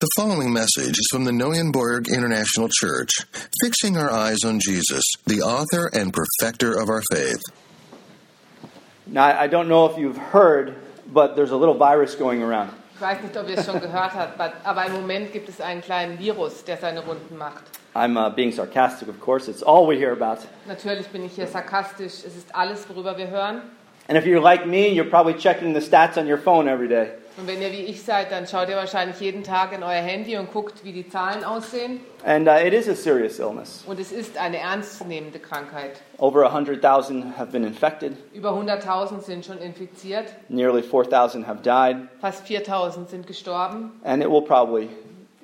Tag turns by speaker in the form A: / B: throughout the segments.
A: The following message is from the Neuenborg International Church, fixing our eyes on Jesus, the author and perfecter of our faith.
B: Now, I I don't know if you've heard, but there's a little virus going around.
C: Ich weiß nicht, ob ihr es schon gehört habt, but- aber im Moment gibt es einen kleinen Virus, der seine Runden macht.
B: I'm uh, being sarcastic, of course. It's all we hear about.
C: Natürlich bin ich hier sarkastisch. Es ist alles, worüber wir hören.
B: And if you're like me, you're probably checking the stats on your phone every day.
C: Und wenn ihr wie ich seid, dann schaut ihr wahrscheinlich jeden Tag in euer Handy und guckt, wie die Zahlen aussehen.
B: And uh, it is a serious illness.
C: Und es ist eine ernstzunehmende Krankheit.
B: Over 100,000 have been infected,
C: Über 100.000 sind schon infiziert,
B: nearly 4,000 have died,
C: fast 4.000 sind gestorben
B: and it will probably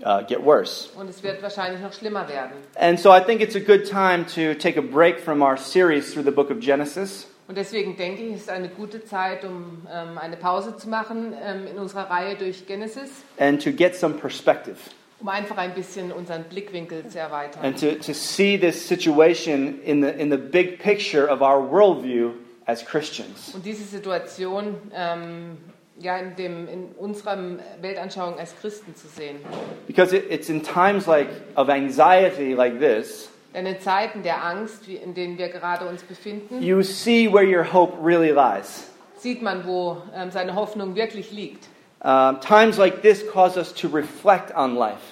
B: uh, get worse.
C: und es wird wahrscheinlich noch schlimmer werden.
B: And so I think it's a good time to take a break from our series through the book of Genesis.
C: Und deswegen denke ich, es ist eine gute Zeit, um ähm, eine Pause zu machen ähm, in unserer Reihe durch Genesis.
B: and to get some perspective
C: um einfach ein bisschen unseren Blickwinkel zu erweitern
B: and to, to see this situation in the, in the big picture of our worldview as Christians.
C: und diese Situation ähm, ja in, dem, in unserer Weltanschauung als Christen zu sehen.
B: Because it, it's in times like of anxiety like this,
C: Denn in Zeiten der Angst, wie- in denen wir gerade uns befinden,
B: you see where your hope really lies.
C: sieht man, wo ähm, seine Hoffnung wirklich liegt.
B: Um, times like this cause us to reflect on life,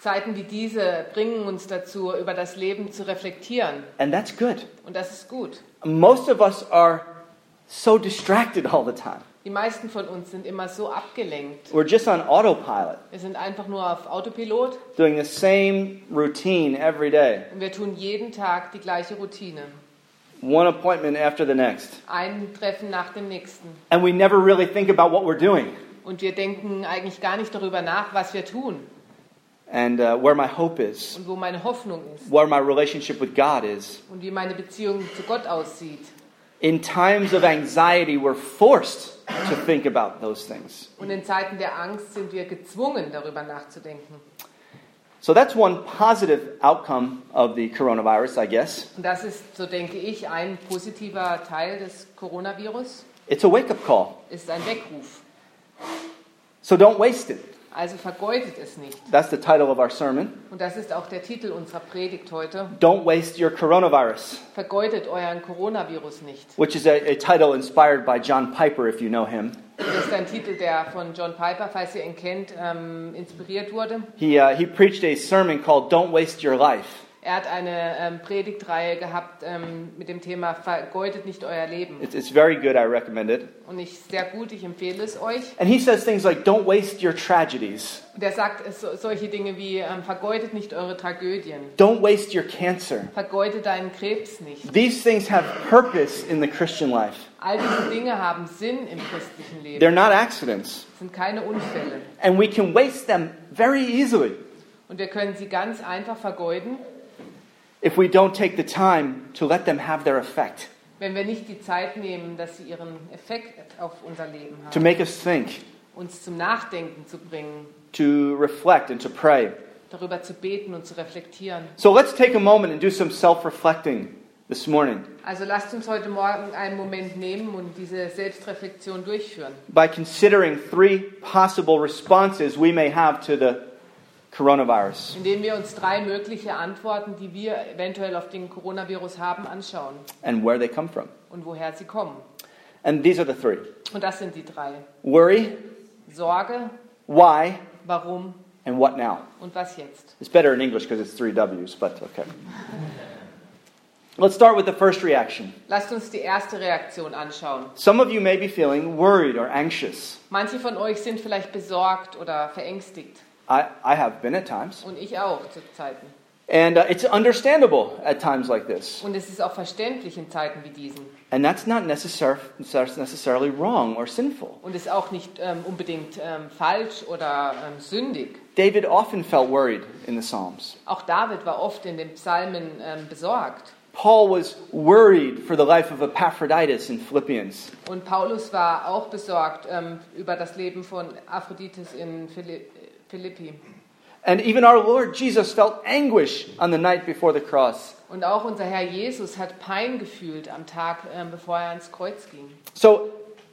C: Zeiten wie diese bringen uns dazu, über das Leben zu reflektieren.
B: and that's good.
C: Und das ist gut.
B: Most of us are so distracted all the time.
C: Die meisten von uns sind immer so abgelenkt.
B: We're just on autopilot,
C: Wir sind einfach nur auf Autopilot
B: doing the same routine every day,
C: und wir tun jeden Tag die gleiche Routine.
B: one appointment after the next.
C: Ein Treffen nach dem nächsten.
B: and we never really think about what we're doing
C: Und wir denken eigentlich gar nicht darüber nach, was wir tun
B: and uh, where my hope is,
C: und wo meine Hoffnung ist
B: where my relationship with God is.
C: und wie meine Beziehung zu Gott aussieht.
B: In times of anxiety, we're forced to think about those things.
C: Und in Zeiten der Angst sind wir gezwungen, darüber nachzudenken.
B: So that's one positive outcome of the coronavirus, I guess.
C: Und das ist, so denke ich, ein positiver Teil des Coronavirus,
B: It's a wake up call.
C: ist ein Weckruf.
B: So don't waste it.
C: Also vergeudet es nicht.
B: That's the title of our sermon.
C: Und das ist auch der Titel unserer Predigt heute.
B: Don't waste your coronavirus,
C: Vergeudet euren Coronavirus nicht.
B: which is a, a title inspired by John Piper, if you know him.
C: Und das ist ein Titel, der von John Piper, falls ihr ihn kennt, ähm, inspiriert wurde.
B: He, uh, he preached a sermon called Don't Waste Your Life.
C: Er hat eine ähm, Predigtreihe gehabt ähm, mit dem Thema Vergeudet nicht euer Leben.
B: It's, it's very good, I recommend it.
C: Und ich sehr gut, ich empfehle es euch.
B: And he says things like, don't waste your tragedies.
C: Und er sagt es, so- solche Dinge wie ähm, Vergeudet nicht eure Tragödien.
B: Don't waste your cancer.
C: Vergeudet deinen Krebs nicht.
B: These things have purpose in the Christian life.
C: All diese Dinge haben Sinn im christlichen Leben.
B: They're not accidents.
C: Es sind keine Unfälle.
B: And we can waste them very easily
C: Und wir können sie ganz einfach vergeuden,
B: if we don't take the time to let them have their effect,
C: wenn wir nicht die Zeit nehmen, dass sie ihren Effekt auf unser Leben
B: to
C: haben.
B: make us think,
C: Uns zum Nachdenken zu bringen,
B: to reflect, and to pray.
C: darüber zu beten und zu reflektieren.
B: So let's take a moment and do some self reflecting this morning
C: Also lasst uns heute Morgen einen Moment nehmen und diese Selbstreflexion durchführen,
B: by considering three possible responses we may have to the coronavirus.
C: indem wir uns drei mögliche Antworten, die wir eventuell auf den Coronavirus haben, anschauen
B: and where they come from.
C: und woher sie kommen.
B: And these are the three
C: Und das sind die drei.
B: worry,
C: Sorge,
B: why,
C: warum
B: and what now.
C: und was jetzt.
B: It's better in English because it's three W's, but okay. Let's start with the first reaction.
C: Lasst uns die erste Reaktion anschauen.
B: Some of you may be feeling worried or anxious.
C: Manche von euch sind vielleicht besorgt oder verängstigt
B: I, I have been at times.
C: und ich auch zu Zeiten.
B: And uh, it's understandable at times like this.
C: Und es ist auch verständlich in Zeiten wie diesen
B: And that's not necessar- necessarily wrong or sinful.
C: und ist auch nicht ähm, unbedingt ähm, falsch oder ähm, sündig.
B: David often felt worried in the Psalms.
C: Auch David war oft in den Psalmen ähm, besorgt.
B: Paul was worried for the life of Epaphroditus in Philippians.
C: Und Paulus war auch besorgt ähm, über das Leben von Aphrodites in Phili- Philippi.
B: And even our Lord Jesus felt anguish on the night before the cross.
C: Und auch unser Herr Jesus hat Pein gefühlt am Tag, ähm, bevor er ans Kreuz ging.
B: So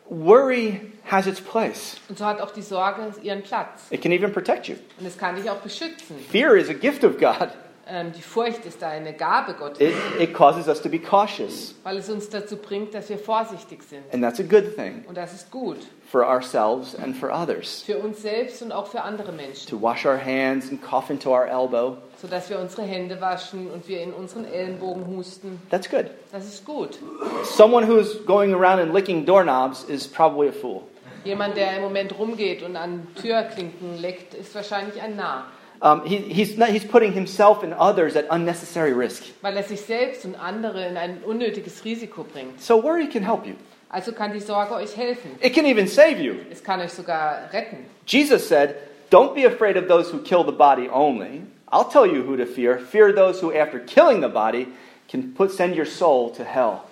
B: worry has its place.
C: Und so hat auch die Sorge ihren Platz.
B: It can even protect you.
C: Und es kann dich auch beschützen.
B: Fear is a gift of God.
C: Ähm, die Furcht ist eine Gabe Gottes,
B: It, it causes us to be cautious,
C: weil es uns dazu bringt, dass wir vorsichtig sind.
B: and that's a good thing
C: Und das ist gut
B: for ourselves and for others.
C: für uns selbst und auch für andere Menschen,
B: To wash our hands and cough into our elbow,
C: sodass wir unsere Hände waschen und wir in unseren Ellenbogen husten.
B: that's good.
C: Das ist gut.
B: Someone who's going around and licking doorknobs is probably a fool.
C: Jemand, der im Moment rumgeht und an Türklinken leckt, ist wahrscheinlich ein Narr,
B: Um, he, he's, not, he's putting himself and others at unnecessary risk.
C: weil er sich selbst und andere in ein unnötiges Risiko bringt.
B: So worry can help you.
C: Also kann die Sorge euch helfen.
B: It can even save you.
C: Es kann euch sogar retten.
B: Jesus said, Don't be afraid of those who kill the body only. I'll tell you who to fear. Fear those who, after killing the body, can put, send your soul to hell.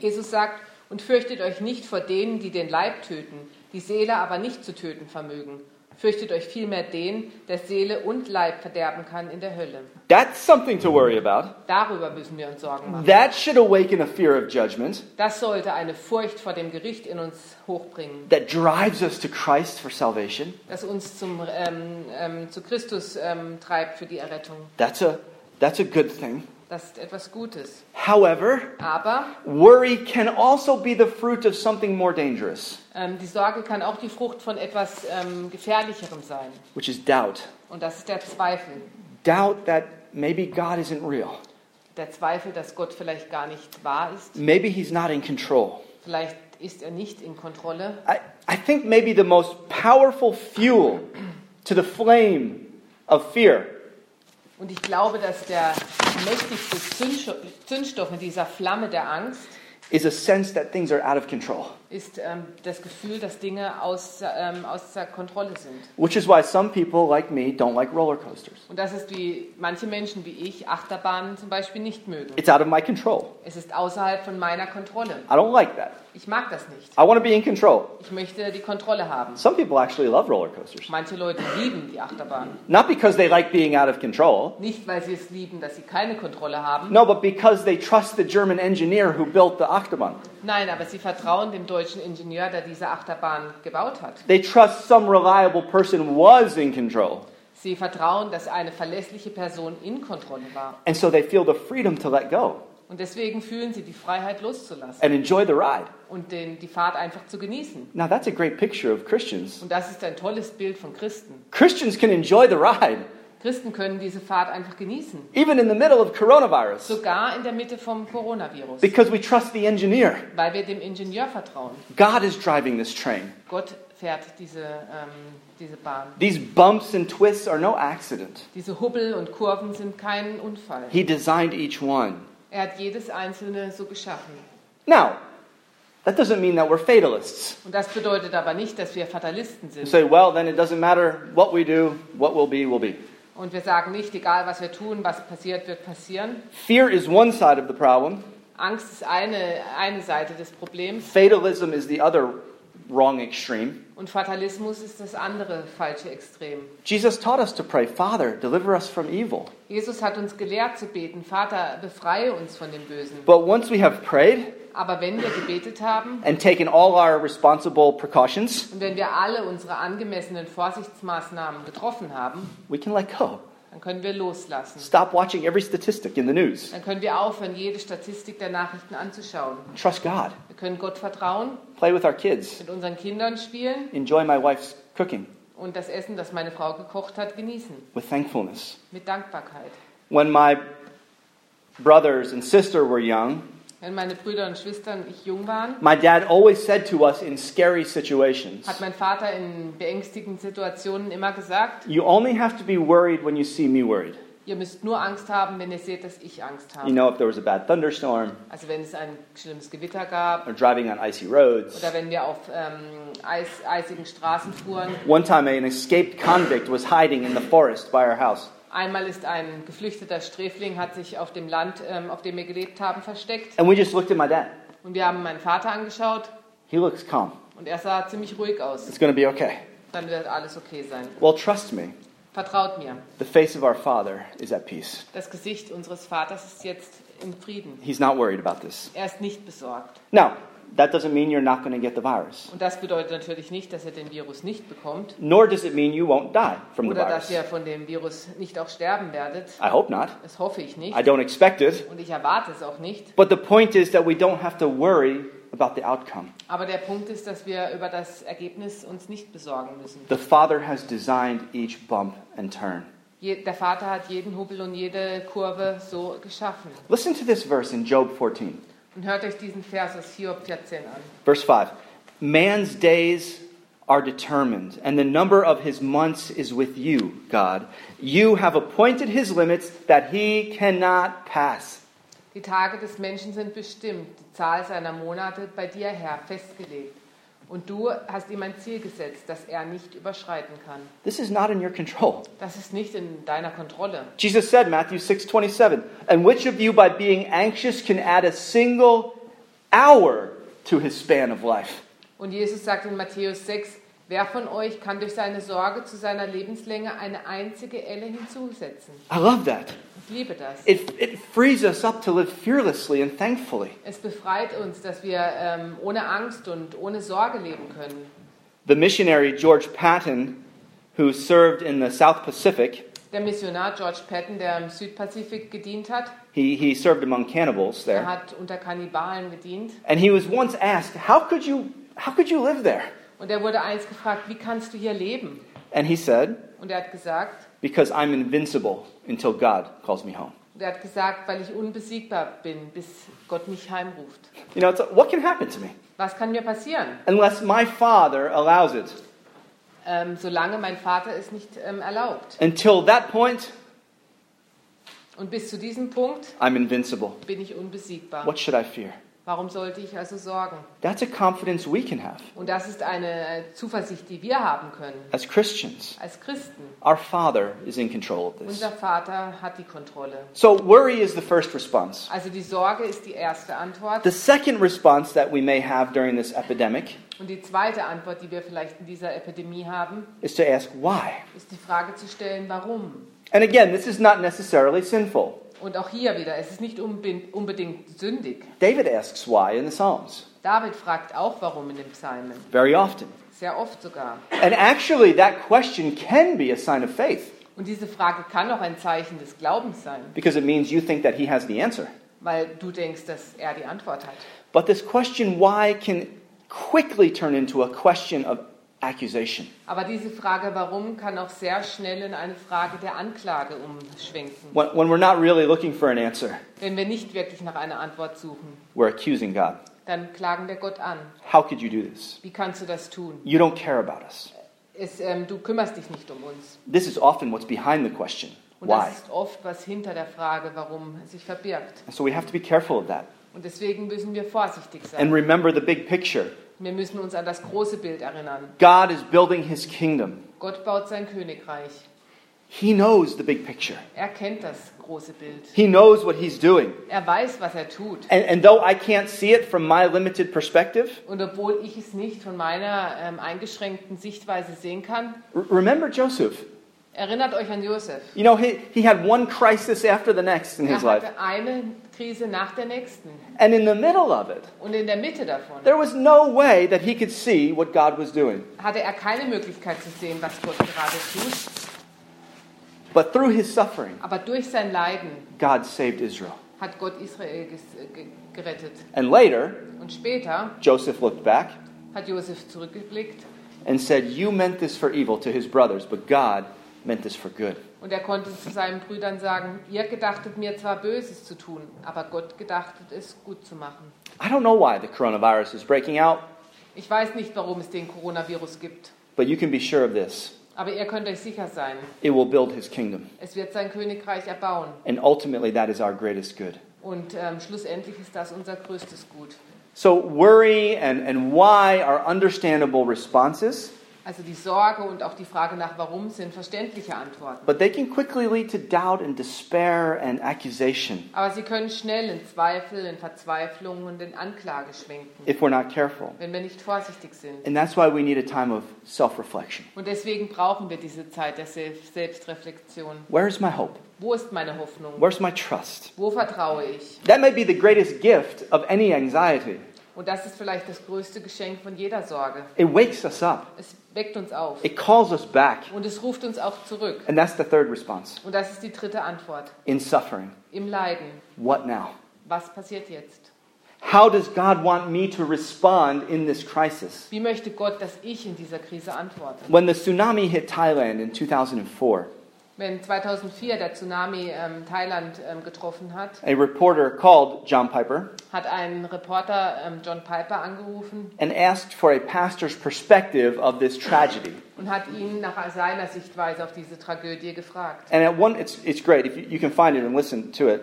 C: Jesus sagt, und fürchtet euch nicht vor denen, die den Leib töten, die Seele aber nicht zu töten vermögen. Fürchtet euch vielmehr den, der Seele und Leib verderben kann in der Hölle.
B: That's something to worry about.
C: Darüber müssen wir uns Sorgen machen.
B: That should awaken a fear of judgment
C: Das sollte eine Furcht vor dem Gericht in uns hochbringen,
B: that drives us to Christ for salvation.
C: das uns zum, ähm, ähm, zu Christus ähm, treibt für die Errettung.
B: That's a, that's a good thing.
C: Das ist etwas Gutes.
B: However,
C: Aber
B: worry can also be the fruit of something more dangerous,
C: ähm, die Sorge kann auch die Frucht von etwas ähm, Gefährlicherem sein.
B: which is doubt.
C: Und das ist der Zweifel.
B: Doubt that maybe God isn't real.
C: Der Zweifel, dass Gott vielleicht gar nicht wahr ist.
B: Maybe He's not in control.
C: Vielleicht ist er nicht in Kontrolle.
B: I, I think maybe the most powerful fuel to the flame of fear
C: Und ich glaube, dass der mächtigste Zündsch- Zündstoff in dieser Flamme der Angst
B: is a sense that things are out of control,
C: ist ähm, das Gefühl, dass Dinge aus, ähm, außer Kontrolle sind.
B: which is why some people like me don't like roller coasters.
C: Und das ist wie manche Menschen wie ich Achterbahnen zum Beispiel nicht mögen.
B: It's out of my control.
C: Es ist außerhalb von meiner Kontrolle.
B: I don't like that.
C: Ich mag das nicht.
B: I want to be in control.
C: Ich möchte die Kontrolle haben.
B: Some people actually love roller coasters.
C: Manche Leute lieben die Achterbahn.
B: Not because they like being out of control,
C: Nicht, weil sie es lieben, dass sie keine Kontrolle haben.
B: no, but because they trust the German engineer who built the Achterbahn.
C: Nein, aber sie vertrauen dem deutschen Ingenieur, der diese Achterbahn gebaut hat.
B: They trust some reliable person was in control.
C: Sie vertrauen, dass eine verlässliche Person in Kontrolle war.
B: And so they feel the freedom to let go
C: Und deswegen fühlen sie die Freiheit loszulassen
B: and enjoy the ride.
C: und den, die Fahrt einfach zu genießen.
B: Now, that's a great picture of Christians.
C: Und das ist ein tolles Bild von Christen.
B: Christians can enjoy the ride,
C: Christen können diese Fahrt einfach genießen.
B: even in the middle of coronavirus,
C: Sogar in der Mitte vom Coronavirus.
B: because we trust the engineer.
C: Weil wir dem Ingenieur vertrauen.
B: God is driving this train.
C: Gott fährt diese, ähm, diese Bahn.
B: These bumps and twists are no accident.
C: Diese Hubbel und Kurven sind kein Unfall.
B: He designed each one.
C: Er hat jedes einzelne so geschaffen.
B: Now, that doesn't mean that we're fatalists.
C: Und das bedeutet aber nicht, dass wir Fatalisten
B: You
C: sind.
B: say, well, then it doesn't matter what we do, what will be, will be.
C: Und wir sagen nicht, egal was wir tun, was passiert, wird passieren.
B: Fear is one side of the problem,
C: Angst ist eine, eine Seite des Problems
B: fatalism is the other wrong extreme.
C: und Fatalismus ist das andere falsche Extrem.
B: Jesus taught us to pray, Father, deliver us from evil.
C: Jesus hat uns gelehrt zu beten, Vater, befreie uns von dem Bösen.
B: But once we have prayed,
C: Aber wenn wir gebetet haben
B: and taken all our responsible precautions,
C: und wenn wir alle unsere angemessenen Vorsichtsmaßnahmen getroffen haben,
B: we can let go.
C: dann können wir loslassen.
B: Stop watching every statistic in the news.
C: Dann können wir aufhören, jede Statistik der Nachrichten anzuschauen.
B: Trust God.
C: Wir können Gott vertrauen,
B: Play with our kids.
C: mit unseren Kindern spielen
B: Enjoy my wife's cooking
C: und das Essen, das meine Frau gekocht hat, genießen.
B: with thankfulness.
C: Mit Dankbarkeit.
B: When my brothers and sister were young,
C: Wenn meine Brüder und Schwestern und ich jung waren,
B: my dad always said to us in scary situations,
C: hat mein Vater in beängstigenden Situationen immer gesagt,
B: You only have to be worried when you see me worried.
C: ihr müsst nur Angst haben, wenn ihr seht, dass ich Angst
B: You
C: habe.
B: know, if there was a bad thunderstorm,
C: Also wenn es ein schlimmes Gewitter gab
B: or driving on icy roads.
C: oder wenn wir auf ähm, eis, eisigen Straßen fuhren.
B: One time, an escaped convict was hiding in the forest by our house.
C: Einmal ist ein geflüchteter Sträfling, hat sich auf dem Land, ähm, auf dem wir gelebt haben, versteckt.
B: And we just looked at my dad.
C: Und wir haben meinen Vater angeschaut
B: He looks calm.
C: und er sah ziemlich ruhig aus.
B: It's going to be okay.
C: Dann wird alles okay sein.
B: Well, trust me,
C: Vertraut mir,
B: the face of our Father is at peace.
C: das Gesicht unseres Vaters ist jetzt im Frieden.
B: He's not worried about this.
C: Er ist nicht besorgt.
B: Now, that doesn't mean you're not going to get the virus,
C: Und das bedeutet natürlich nicht, dass er den Virus nicht bekommt
B: nor does it mean you won't die from the
C: oder dass
B: virus.
C: ihr von dem Virus nicht auch sterben werdet.
B: I hope not.
C: Das hoffe ich nicht
B: I don't expect it.
C: und ich erwarte es auch nicht.
B: But the point is that we don't have to worry about the outcome.
C: Aber der Punkt ist, dass wir über das Ergebnis uns nicht besorgen müssen.
B: The Father has designed each bump and turn.
C: Je- Der Vater hat jeden Hubbel und jede Kurve so geschaffen.
B: Listen to this verse in Job 14,
C: Und hört euch diesen Vers aus Hiob 14 an.
B: verse 5. Man's days are determined, and the number of his months is with you, God. You have appointed his limits that he cannot pass.
C: Die Tage des Menschen sind bestimmt, die Zahl seiner Monate bei dir, Herr, festgelegt. Und du hast ihm ein Ziel gesetzt, das er nicht überschreiten kann.
B: This is not in your control.
C: Das ist nicht in deiner Kontrolle.
B: Jesus said, Matthew 6 27, and which of you by being anxious can add a single hour to his span of life?
C: Und Jesus sagt in Matthäus 6, wer von euch kann durch seine Sorge zu seiner Lebenslänge eine einzige Elle hinzusetzen?
B: I love that.
C: Ich liebe das.
B: It, it frees us up to live fearlessly and thankfully.
C: Es befreit uns, dass wir ähm, ohne Angst und ohne Sorge leben können.
B: The missionary George Patton, who served in the South Pacific,
C: Der Missionar George Patton, der im Südpazifik gedient hat,
B: he, he served among cannibals
C: er
B: there.
C: hat unter Kannibalen gedient.
B: And he was once asked, How could you, how could you live there?
C: Und er wurde einst gefragt, wie kannst du hier leben?
B: And he said,
C: Und er hat gesagt,
B: Because I'm invincible until God calls me home.
C: und er hat gesagt, weil ich unbesiegbar bin, bis Gott mich heimruft.
B: You know, it's like, what can happen to me?
C: Was kann mir passieren?
B: Unless my father allows it.
C: Ähm, solange mein Vater es nicht ähm, erlaubt.
B: Until that point,
C: Und bis zu diesem Punkt
B: I'm invincible.
C: bin ich unbesiegbar.
B: What should I fear?
C: Warum sollte ich also sorgen?
B: That's a confidence we can have
C: Und das ist eine äh, Zuversicht, die wir haben können
B: as Christians.
C: als Christen.
B: Our Father is in control of this.
C: Unser Vater hat die Kontrolle.
B: So, worry is the first response.
C: Also die Sorge ist die erste Antwort.
B: The second response that we may have during this epidemic
C: Und die zweite Antwort, die wir vielleicht in dieser Epidemie haben,
B: is to ask why.
C: ist die Frage zu stellen, warum.
B: And again, this is not necessarily sinful.
C: Und auch hier wieder, es ist nicht unbin- unbedingt sündig.
B: David asks why in the Psalms
C: David fragt auch, warum in den Psalmen.
B: very often.
C: Sehr oft sogar.
B: And actually, that question can be a sign of faith
C: Und diese Frage kann auch ein Zeichen des Glaubens sein,
B: because it means you think that he has the answer.
C: weil du denkst, dass er die Antwort hat.
B: But this question why can quickly turn into a question of accusation.
C: Aber diese Frage warum kann auch sehr schnell in eine Frage der Anklage umschwenken,
B: When, when we're not really looking for an answer,
C: wenn wir nicht wirklich nach einer Antwort suchen.
B: we're accusing God.
C: Dann klagen wir Gott an.
B: How could you do this?
C: Wie kannst du das tun?
B: You don't care about us.
C: Es, ähm, du kümmerst dich nicht um uns.
B: This is often what's behind the question
C: Und
B: why.
C: das ist oft, was hinter der Frage warum sich verbirgt.
B: And so we have to be careful of that
C: Und deswegen müssen wir vorsichtig sein.
B: and remember the big picture.
C: Wir müssen uns an das große Bild erinnern.
B: God is building his kingdom.
C: Gott baut sein Königreich.
B: He knows the big picture.
C: Er kennt das große Bild.
B: He knows what he's doing.
C: Er weiß, was er tut.
B: And, and though I can't see it from my limited perspective,
C: Und obwohl ich es nicht von meiner ähm, eingeschränkten Sichtweise sehen kann,
B: r- remember Joseph.
C: erinnert euch an Josef.
B: You know, he, he had one crisis after the next in
C: Er
B: his life.
C: hatte eine Krise nach der nächsten.
B: And in the middle of it,
C: Und in der Mitte davon
B: there was no way that he could see what God was doing.
C: hatte er keine Möglichkeit zu sehen, was Gott gerade tut.
B: But through his suffering,
C: Aber durch sein Leiden
B: God saved Israel.
C: hat Gott Israel ges- äh, ge- gerettet.
B: And later,
C: Und später
B: Joseph looked back
C: hat Josef zurückgeblickt
B: and said, You meant this for evil to his brothers, but God meant this for good.
C: und er konnte zu seinen Brüdern sagen, ihr gedachtet mir zwar Böses zu tun, aber Gott gedachtet es gut zu machen.
B: I don't know why the coronavirus is breaking out,
C: Ich weiß nicht, warum es den Coronavirus gibt,
B: but you can be sure of this
C: aber ihr könnt euch sicher sein,
B: it will build his kingdom.
C: es wird sein Königreich erbauen.
B: And ultimately, that is our greatest good.
C: Und ähm, schlussendlich ist das unser größtes Gut.
B: So, worry and, and why are understandable responses,
C: Also die Sorge und auch die Frage nach warum sind verständliche Antworten.
B: but they can quickly lead to doubt and despair and accusation
C: Aber sie können schnell in Zweifel, in Verzweiflung und in Anklage schwenken,
B: if we're not careful.
C: wenn wir nicht vorsichtig sind.
B: And that's why we need a time of self reflection.
C: Und deswegen brauchen wir diese Zeit der Sel- Selbstreflexion.
B: Where is my hope?
C: Wo ist meine Hoffnung?
B: Where's my trust?
C: Wo vertraue ich?
B: That may be the greatest gift of any anxiety.
C: Und das ist vielleicht das größte Geschenk von jeder Sorge.
B: It wakes us up,
C: Es weckt uns auf
B: it calls us back.
C: und es ruft uns auch zurück.
B: And that's the third response
C: Und das ist die dritte Antwort.
B: in suffering.
C: Im Leiden.
B: What now?
C: Was passiert jetzt?
B: How does God want me to respond in this crisis?
C: Wie möchte Gott, dass ich in dieser Krise antworte?
B: When the tsunami hit Thailand in 2004,
C: Wenn 2004 der Tsunami ähm, Thailand ähm, getroffen hat,
B: a reporter called John Piper
C: hat ein Reporter ähm, John Piper angerufen
B: and asked for a pastor's perspective of this tragedy.
C: und hat ihn nach seiner Sichtweise auf diese Tragödie gefragt.
B: And at one, it's, it's great. If you, you can find it and listen to it.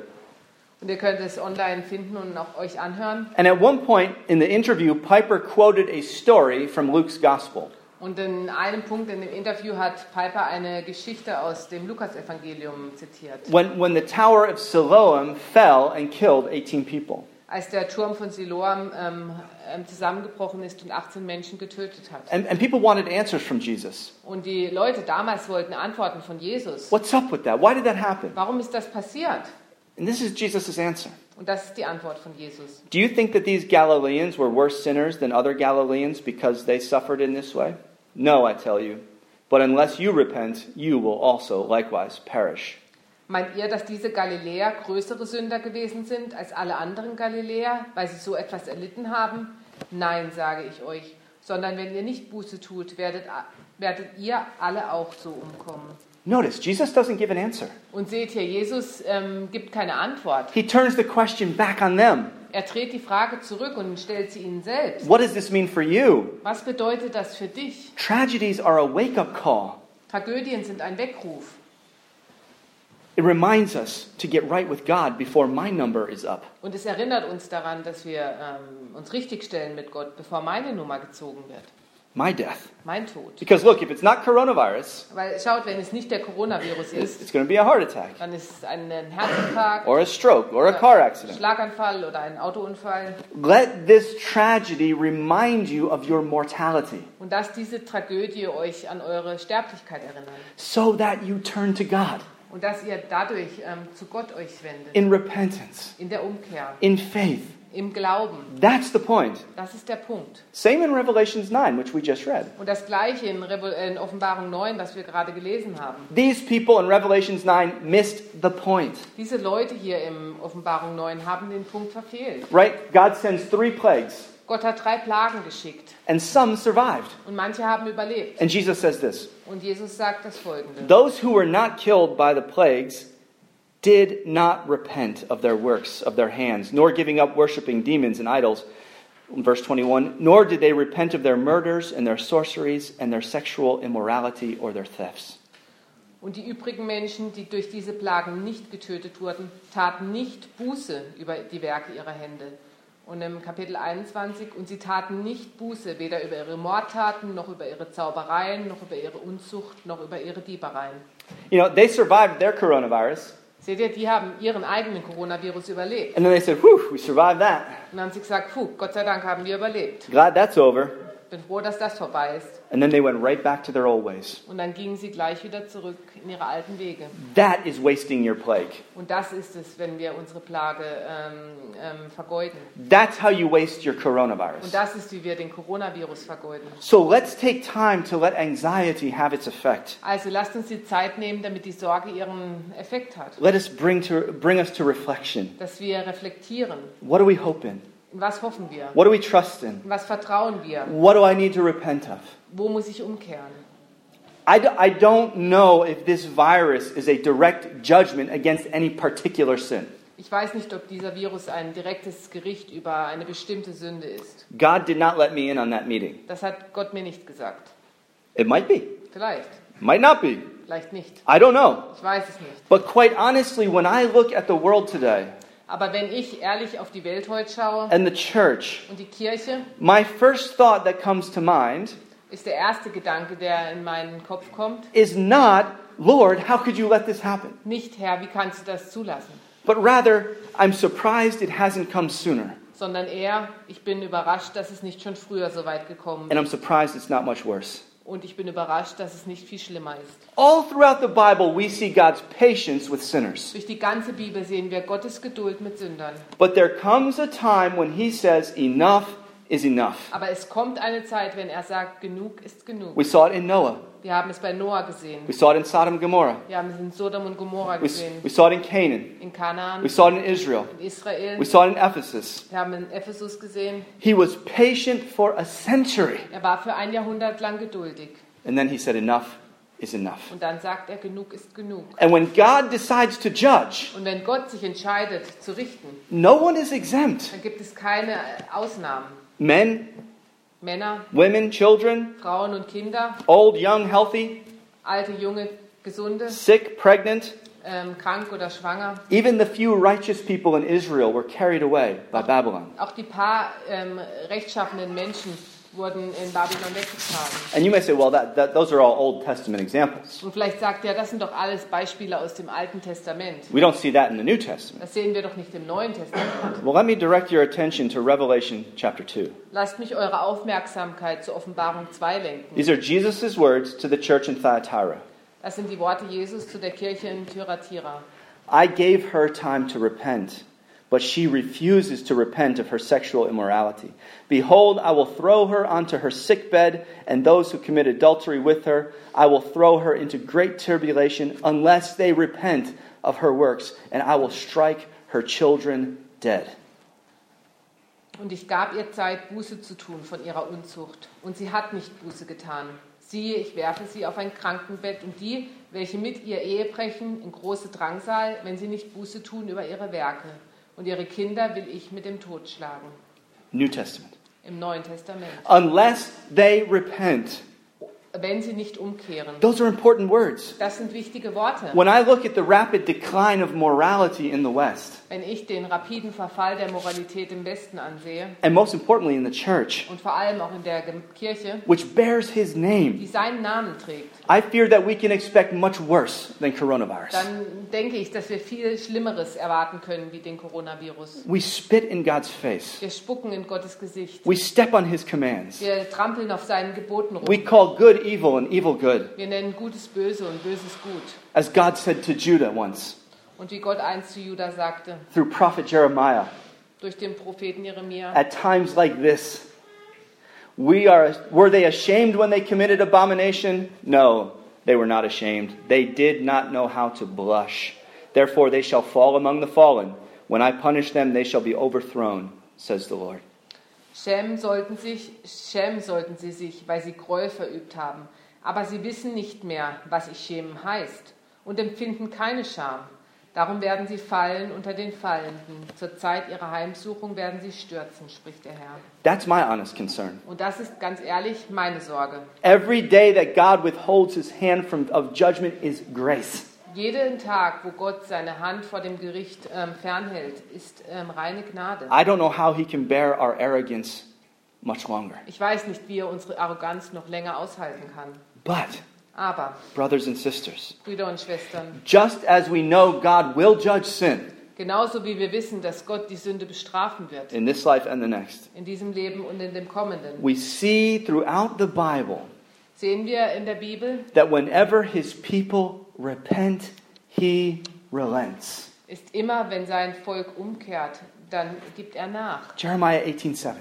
C: Und ihr könnt es online finden und auch euch anhören.
B: And at one point in the interview, Piper quoted a story from Luke's gospel.
C: Und in einem Punkt in dem Interview hat Piper eine Geschichte aus dem Lukasevangelium zitiert.
B: When, when the Tower of Siloam fell and killed 18 people,
C: als der Turm von Siloam ähm, ähm, zusammengebrochen ist und 18 Menschen getötet hat.
B: and, and people wanted answers from Jesus.
C: Und die Leute damals wollten Antworten von Jesus.
B: What's up with that? Why did that happen?
C: Warum ist das passiert?
B: And this is Jesus' answer.
C: Und das ist die Antwort von Jesus.
B: Do you think that these Galileans were worse sinners than other Galileans because they suffered in this way? No, I tell you. But unless you repent, you will also likewise perish.
C: Meint ihr, dass diese Galiläer größere Sünder gewesen sind als alle anderen Galiläer, weil sie so etwas erlitten haben? Nein, sage ich euch, sondern wenn ihr nicht Buße tut, werdet, a- werdet ihr alle auch so umkommen.
B: Notice, Jesus doesn't give an answer.
C: Und seht hier, Jesus ähm, gibt keine Antwort.
B: He turns the question back on them.
C: Er dreht die Frage zurück und stellt sie ihnen selbst.
B: What does this mean for you?
C: Was bedeutet das für dich?
B: Tragedies are a wake up call.
C: Tragödien sind ein Weckruf.
B: It reminds us to get right with God before my number is up.
C: Und es erinnert uns daran, dass wir ähm, uns richtigstellen mit Gott, bevor meine Nummer gezogen wird.
B: My death.
C: Mein Tod.
B: Because look, if it's not coronavirus,
C: Weil schaut, wenn es nicht der Coronavirus
B: it's,
C: ist,
B: it's going to be a heart attack,
C: dann ist es ein ein Herzinfarkt,
B: or a stroke, or a car accident.
C: Schlaganfall oder ein Autounfall.
B: Let this tragedy remind you of your mortality
C: Und dass diese Tragödie euch an eure Sterblichkeit erinnert.
B: so that you turn to God
C: Und dass ihr dadurch ähm, zu Gott euch wendet.
B: in repentance,
C: In der Umkehr,
B: in faith.
C: im Glauben.
B: That's the point.
C: Das ist der Punkt.
B: Same in Revelations 9, which we just read.
C: Und das gleiche in, Revo- in Offenbarung 9, das wir gerade gelesen haben.
B: These people in Revelations 9 missed the point,
C: Diese Leute hier im Offenbarung 9 haben den Punkt verfehlt.
B: right? God sends three plagues,
C: Gott hat drei Plagen geschickt
B: and some survived.
C: und manche haben überlebt.
B: And Jesus says this
C: Und Jesus sagt das folgende.
B: Those who were not killed by the plagues did not repent of their works of their hands, nor giving up worshiping demons and idols. Verse 21 Nor did they repent of their murders and their sorceries and their sexual immorality or their thefts.
C: Und die übrigen Menschen, die durch diese Plagen nicht getötet wurden, taten nicht Buße über die Werke ihrer Hände. Und im Kapitel 21, und sie taten nicht Buße, weder über ihre Mordtaten, noch über ihre Zaubereien, noch über ihre Unzucht, noch über ihre Diebereien.
B: You know, they survived their coronavirus,
C: Seht ihr, die haben ihren eigenen Coronavirus überlebt.
B: and then they said, Whew, we survived that.
C: Und dann haben sie gesagt, puh, Gott sei Dank haben wir überlebt.
B: Glad that's over.
C: Bin froh, dass das vorbei ist.
B: And then they went right back to their old ways.
C: Und dann gingen sie gleich wieder zurück in ihre alten Wege.
B: That is wasting your plague.
C: Und das ist es, wenn wir unsere Plage ähm, ähm, vergeuden.
B: That's how you waste your
C: Und
B: coronavirus.
C: das ist, wie wir den Coronavirus vergeuden.
B: So let's take time to let anxiety have its effect.
C: Also lasst uns die Zeit nehmen, damit die Sorge ihren Effekt hat.
B: Let us bring, to, bring us to reflection.
C: Dass wir reflektieren.
B: What do we hope in?
C: In was hoffen wir?
B: What do we trust in?
C: In was vertrauen wir?
B: What do I need to repent of?
C: Wo muss ich umkehren?
B: I, d- I don't know if this virus is a direct judgment against any particular sin.
C: Ich weiß nicht, ob dieser Virus ein direktes Gericht über eine bestimmte Sünde ist.
B: God did not let me in on that meeting.
C: Das hat Gott mir nicht gesagt.
B: It might be,
C: Vielleicht,
B: might not be.
C: vielleicht nicht.
B: I don't know.
C: Ich weiß es nicht.
B: But quite honestly, when I look at the world today
C: Aber wenn ich ehrlich auf die Welt heute schaue
B: and the church,
C: und die Kirche,
B: my first thought that comes to mind
C: ist der erste Gedanke, der in meinen Kopf kommt,
B: is not, Lord, how could you let this happen?
C: nicht Herr, wie kannst du das zulassen?
B: But rather, I'm surprised it hasn't come sooner.
C: Sondern eher, ich bin überrascht, dass es nicht schon früher so weit gekommen
B: And
C: ist.
B: I'm surprised it's not much worse.
C: Und ich bin überrascht, dass es nicht viel schlimmer ist.
B: All throughout the Bible, we see God's patience with sinners.
C: Durch die ganze Bibel sehen wir Gottes Geduld mit Sündern.
B: But there comes a time when he says, enough is enough.
C: Aber es kommt eine Zeit, wenn er sagt, genug ist genug.
B: We saw it in Noah.
C: Wir haben es bei Noah gesehen.
B: We saw it in Sodom and Gomorrah.
C: Wir haben es in Sodom und Gomorra
B: We, s-
C: gesehen.
B: we saw it in Canaan.
C: In Kanaan,
B: We saw it in Israel.
C: in Israel.
B: We saw it in Ephesus.
C: Wir haben in Ephesus gesehen.
B: He was patient for a century.
C: Er war für ein Jahrhundert lang geduldig.
B: And then he said, enough is enough.
C: Und dann sagt er, genug ist genug.
B: And when God decides to judge,
C: Und wenn Gott sich entscheidet zu richten,
B: no one is exempt.
C: dann gibt es keine Ausnahmen.
B: Men,
C: Männer,
B: women, children,
C: Frauen und Kinder,
B: old, young, healthy,
C: alte, junge, gesunde,
B: sick, pregnant,
C: ähm, krank oder schwanger.
B: even the few righteous people in Israel were carried away by Babylon.
C: Auch die paar ähm, rechtschaffenden Menschen wurden in Babylon weggetragen.
B: And you may say, well, that, that, those are all Old Testament examples.
C: Und vielleicht sagt er, das sind doch alles Beispiele aus dem Alten Testament.
B: We don't see that in the New Testament.
C: Das sehen wir doch nicht im Neuen Testament.
B: Well, let me direct your attention to Revelation chapter 2.
C: Lasst mich eure Aufmerksamkeit zur Offenbarung 2 lenken.
B: These are Jesus' words to the church in Thyatira.
C: Das sind die Worte Jesus zu der Kirche in Thyatira.
B: I gave her time to repent, but she refuses to repent of her sexual immorality. Behold, I will throw her onto her sickbed, and those who commit adultery with her, I will throw her into great tribulation unless they repent of her works, and I will strike her children dead.
C: Und ich gab ihr Zeit, Buße zu tun von ihrer Unzucht. Und sie hat nicht Buße getan. Siehe, ich werfe sie auf ein Krankenbett und die, welche mit ihr Ehe brechen, in große Drangsal, wenn sie nicht Buße tun über ihre Werke. Und ihre Kinder will ich mit dem Tod schlagen.
B: New Testament.
C: Im Neuen Testament.
B: Unless they repent.
C: Wenn sie nicht umkehren.
B: Those are important words.
C: Das sind wichtige Worte.
B: When I look at the rapid decline of morality in the West,
C: Wenn ich den rapiden Verfall der Moralität im Westen ansehe
B: and most importantly in the church,
C: und vor allem auch in der Gem- Kirche,
B: which bears his name,
C: die seinen Namen trägt,
B: I fear that we can expect much worse than coronavirus.
C: dann denke ich, dass wir viel Schlimmeres erwarten können wie den Coronavirus.
B: We spit in God's face.
C: Wir spucken in Gottes Gesicht.
B: We step on his commands.
C: Wir trampeln auf seinen Geboten
B: We
C: rum.
B: call good evil and evil good,
C: Wir nennen Gutes böse und Böses gut.
B: as God said to Judah once
C: Und wie Gott einst zu Judah sagte,
B: through prophet Jeremiah.
C: durch den Propheten Jeremia,
B: At times like this, we are were they ashamed when they committed abomination? No, they were not ashamed. They did not know how to blush. Therefore they shall fall among the fallen. When I punish them, they shall be overthrown, says the Lord.
C: schämen sollten, sich, schämen sollten sie sich, weil sie Gräuel verübt haben. Aber sie wissen nicht mehr, was ich schämen heißt und empfinden keine Scham. Darum werden sie fallen unter den Fallenden. Zur Zeit ihrer Heimsuchung werden sie stürzen, spricht der Herr.
B: That's my honest concern.
C: Und das ist ganz ehrlich meine Sorge.
B: Every day that God withholds his hand from, of judgment is grace.
C: Jeden Tag, wo Gott seine Hand vor dem Gericht ähm, fernhält, ist ähm, reine Gnade.
B: I don't know how he can bear our arrogance much longer.
C: Ich weiß nicht, wie er unsere Arroganz noch länger aushalten kann.
B: But,
C: Aber,
B: brothers and sisters,
C: Brüder und Schwestern,
B: just as we know God will judge sin
C: genauso wie wir wissen, dass Gott die Sünde bestrafen wird,
B: in this life and the next,
C: in diesem Leben und in dem kommenden,
B: we see throughout the Bible
C: sehen wir in der Bibel,
B: that whenever his people repent, he relents.
C: ist immer, wenn sein Volk umkehrt, dann gibt er nach.
B: Jeremiah 18:7.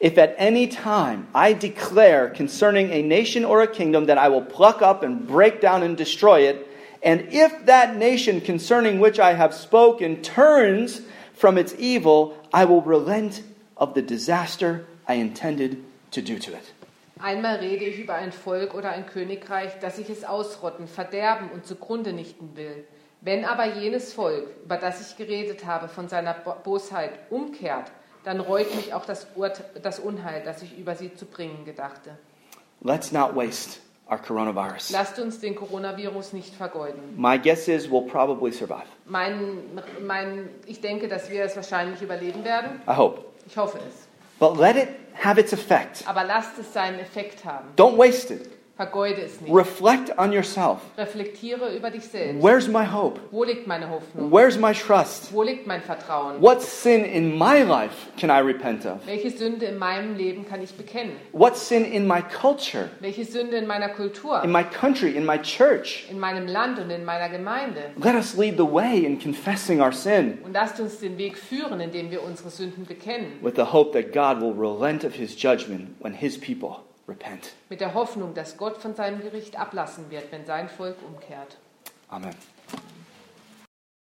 B: If at any time I declare concerning a nation or a kingdom that I will pluck up and break down and destroy it, and if that nation concerning which I have spoken turns from its evil, I will relent of the disaster I intended to do to it.
C: Einmal rede ich über ein Volk oder ein Königreich, dass ich es ausrotten, verderben und zugrunde nichten will. Wenn aber jenes Volk, über das ich geredet habe, von seiner Bo- Bosheit umkehrt, dann reut mich auch das, Urte das Unheil, das ich über sie zu bringen gedachte.
B: Let's not waste our coronavirus.
C: Lasst uns den Coronavirus nicht vergeuden.
B: My guess is we'll probably survive.
C: Mein, mein, ich denke, dass wir es wahrscheinlich überleben werden.
B: I hope.
C: Ich hoffe es.
B: But let it have its effect.
C: Aber lasst es seinen Effekt haben.
B: Don't waste it.
C: Vergeude es nicht.
B: Reflect on yourself.
C: Reflektiere über dich selbst.
B: Where's my hope?
C: Wo liegt meine Hoffnung?
B: Where's my trust?
C: Wo liegt mein Vertrauen?
B: What sin in my life can I repent of?
C: Welche Sünde in meinem Leben kann ich bekennen?
B: What sin in my culture,
C: Welche Sünde in meiner Kultur,
B: in my country, in my church?
C: in meinem Land und in meiner Gemeinde?
B: Let us lead the way in confessing our sin
C: Und lasst uns den Weg führen, indem wir unsere Sünden bekennen,
B: with the hope that God will relent of his judgment when his people repent.
C: mit der Hoffnung, dass Gott von seinem Gericht ablassen wird, wenn sein Volk umkehrt.
B: Amen.